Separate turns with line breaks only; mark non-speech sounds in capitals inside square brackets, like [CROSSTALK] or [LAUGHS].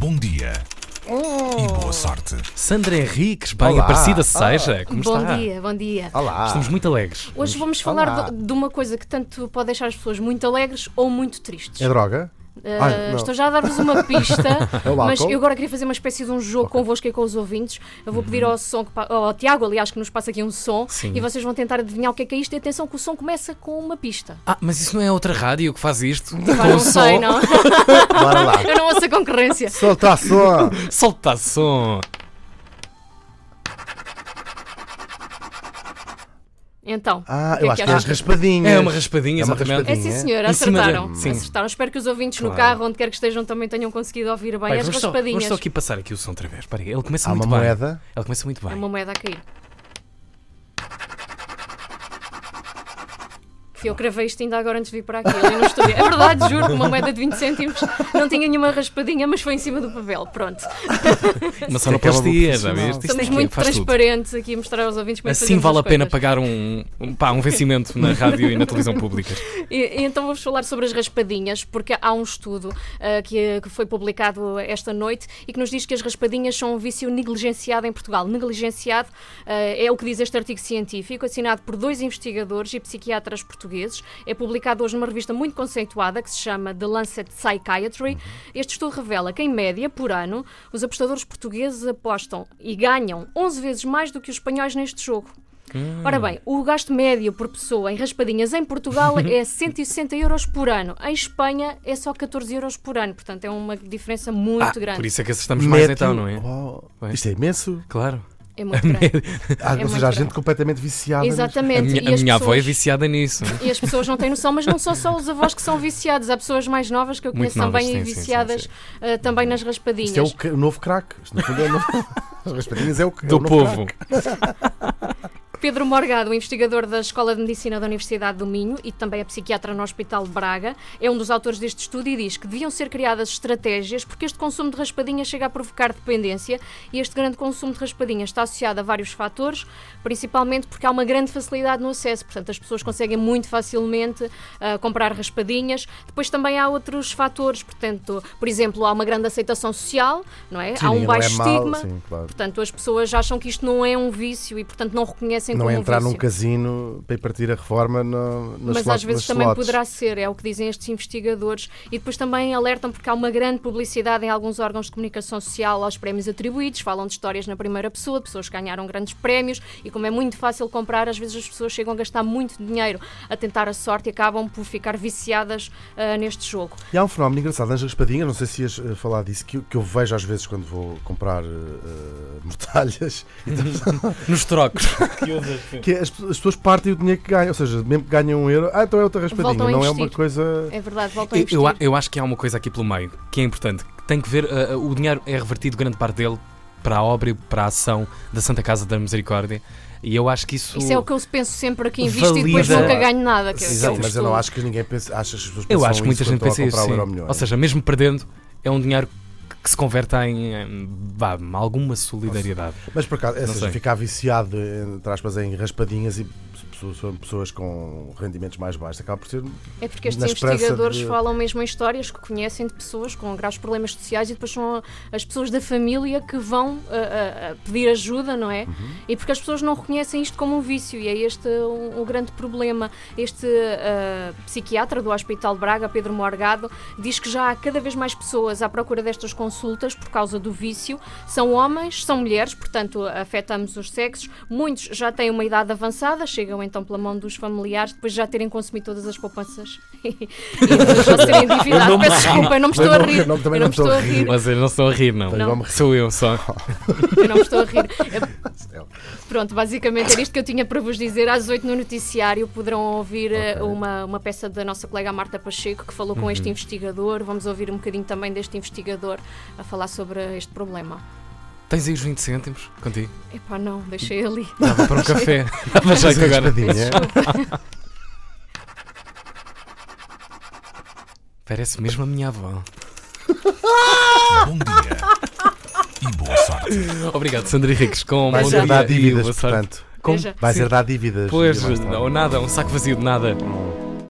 bom dia e boa sorte.
Sandra Henriques, bem
Olá.
aparecida seja. Como
bom
está?
dia, bom dia.
Olá.
Estamos muito alegres.
Hoje vamos
Olá.
falar de, de uma coisa que tanto pode deixar as pessoas muito alegres ou muito tristes.
É droga?
Ah,
Ai, não.
estou já a dar-vos uma pista,
É o
mas
álcool?
eu agora queria fazer uma espécie de um jogo convosco e com os ouvintes. Eu vou pedir ao, som que pa- ao Tiago, aliás, que nos passa aqui um som
Sim.
e vocês vão tentar adivinhar o que é que é isto. E atenção, que o som começa com uma pista.
Ah, mas isso não é outra rádio que faz isto? [LAUGHS]
Pá, não sei, não.
Bora lá.
Eu não ouço a concorrência.
Solta a
[LAUGHS]
sua.
é
Solta som.
Então,
Ah,
o que
eu
é
acho que
que
é as
achas?
raspadinhas.
É uma raspadinha,
É uma
exatamente.
É
raspadinha.
sim,
Sim, é?
senhor,
Em cima da-
acertaram.
sim.
Acertaram. Espero que os ouvintes no
Claro.
carro, onde quer que estejam, também tenham conseguido ouvir bem
Pai,
as
vamos, só, vamos
raspadinhas.
só aqui passar aqui o som outra vez. Espera aí, ele começa
Há
muito
uma
bem.
moeda.
Ele começa muito bem.
É uma moeda a cair. Que eu cravei isto ainda agora antes de vir para aqui, ali no estúdio. É verdade, juro, uma moeda de 20 cêntimos. Não tinha nenhuma raspadinha, mas foi em cima do papel. Pronto.
Uma
é que é uma boa
sonoplastia, já
profissional.
viste? Isto é
Somos
que
muito
faz tudo.
transparentes aqui a mostrar aos ouvintes como é que
Assim
fazemos
vale
as
a pena
coisas.
pagar um, um, pá, um vencimento
[LAUGHS]
na rádio e na televisão pública.
E, e então vamos falar sobre as raspadinhas, porque há um estudo ah, que, que foi publicado esta noite e que nos diz que as raspadinhas são um vício negligenciado em Portugal. Negligenciado ah, é o que diz este artigo científico, assinado por dois investigadores e psiquiatras portugueses. É publicado hoje numa revista muito conceituada que se chama The Lancet Psychiatry. Este estudo revela que, em média, por ano, os apostadores portugueses apostam e ganham 11 vezes mais do que os espanhóis neste jogo. Ora
Hum.
bem, o gasto médio por pessoa em raspadinhas
[LAUGHS]
em Portugal é 160 euros por ano. Em Espanha é só 14 euros por ano. Portanto, é uma diferença muito
Ah,
grande.
Por isso é que assustamos mais
Mete-
então, não é?
Oh,
Pois.
Isto é imenso.
Claro.
É muito grande.
Há, ou
muito
seja, há
grande.
gente completamente viciada. nisto.
Exatamente.
A minha,
e
a
as
minha avó é
pessoas-
viciada
[LAUGHS]
nisso.
E as pessoas não têm noção, mas não são só os avós que são viciados. Há pessoas mais novas que eu
Muito
conheço também
novas, sim,
e
sim, sim,
viciadas
sim. Uhum.
ah, também nas raspadinhas.
Isto é o, ca- o novo crack. Isto no fundo é o novo... [LAUGHS] As raspadinhas é o que
Do povo.
Pedro Morgado, um investigador da Escola de Medicina da Universidade do Minho e também é psiquiatra no Hospital de Braga, é um dos autores deste estudo e diz que deviam ser criadas estratégias porque este consumo de raspadinhas chega a provocar dependência e este grande consumo de raspadinhas está associado a vários fatores, principalmente porque há uma grande facilidade no acesso, portanto as pessoas conseguem muito facilmente ah, comprar raspadinhas. Depois também há outros fatores, portanto, por exemplo, há uma grande aceitação social, não é? há um
não é
baixo
mau,
estigma.
sim, claro.
Portanto, as pessoas acham que isto não é um vício e, portanto, não reconhecem
Não
como
é entrar
um vício.
num casino para ir partir a reforma no, nas
Mas
slot-
às vezes
nas
também
slots.
poderá ser, é o que dizem estes investigadores. E depois também alertam porque há uma grande publicidade em alguns órgãos de comunicação social aos prémios atribuídos, falam de histórias na primeira pessoa, de pessoas que ganharam grandes prémios e como é muito fácil comprar, às vezes as pessoas chegam a gastar muito dinheiro a tentar a sorte e acabam por ficar viciadas ah, neste jogo.
E há um fenómeno engraçado nas raspadinhas, não sei se ias eh, falar disso, que, eu- que eu vejo às vezes quando vou comprar eh, eh, [LAUGHS] mortalhas,
Nos trocos.
que as, as pessoas partem o dinheiro que ganham, ou seja, mesmo que ganham um euro, ah, então é outra raspadinha,
Voltam a
não é
investir.
uma coisa.
É verdade, voltam a
Eu,
investir.
eu, a- eu acho que há uma coisa aqui pelo meio que é importante. que Tem que ver, uh, uh, o dinheiro é revertido grande parte dele para a obra e para a ação da Santa Casa da Misericórdia. E eu acho que isso.
Isso é o que eu penso sempre aqui, invisto e depois
Valida-
nunca ganho nada. Que é o que
Exato, mas eu não
costumo.
acho que ninguém pensa, acho que as pessoas
Eu
pensam
acho que muita
isso
gente
quando
pensa
estão a
isso.
comprar o
sim.
Euromilhões.
Ou seja, mesmo perdendo, é um dinheiro que se converte em em, vá, alguma solidariedade.
Mas por acaso, é, ou seja,
sei.
ficar viciado entre aspas, em raspadinhas e pessoas, são pessoas com rendimentos mais baixos, acaba por ser.
É porque estes
na esperança
investigadores
de-
falam mesmo em histórias que conhecem de pessoas com graves problemas sociais e depois são as pessoas da família que vão ah, ah, ah, pedir ajuda, não é? E porque as pessoas não reconhecem isto como um vício e é este um, um grande problema. Este ah, psiquiatra do Hospital de Braga, Pedro Morgado, diz que já há cada vez mais pessoas à procura destas consultas por causa do vício. São homens, são mulheres, portanto afetamos os sexos. Muitos já têm uma idade avançada, chegam então pela mão dos familiares depois de já terem consumido todas as poupanças [LAUGHS] e depois já serem endividados. Peço desculpa, eu não me estou a
não-
rir.
não- também
eu
não estou a rir.
Vocês não estão a rir, não.
Não. Vamos rir.
Sou eu
[LAUGHS]
só.
Eu não me estou a rir. Eu- Pronto, basicamente era isto que eu tinha para vos dizer. Às 8 no noticiário poderão ouvir eh, uma, uma peça da nossa colega Marta Pacheco que falou com este
Uhum.
investigador. Vamos ouvir um bocadinho também deste investigador a falar sobre este problema.
Tens aí os 20 cêntimos contigo?
Epá, não, deixei ali.
Dava
[LAUGHS]
para um café. Dava já
Mas
que
a
agora. [LAUGHS]
raspadinha,
Parece mesmo a minha avó.
Bom dia e boa sorte.
Obrigado, Sandra Henriques. Com
vais
bom
já.
dia
herdar
e
dívidas,
boa sorte.
portanto.
Com-
Veja.
Vais
Sim.
herdar dívidas.
Pois,
mais tarde.
ou nada, um saco vazio de nada.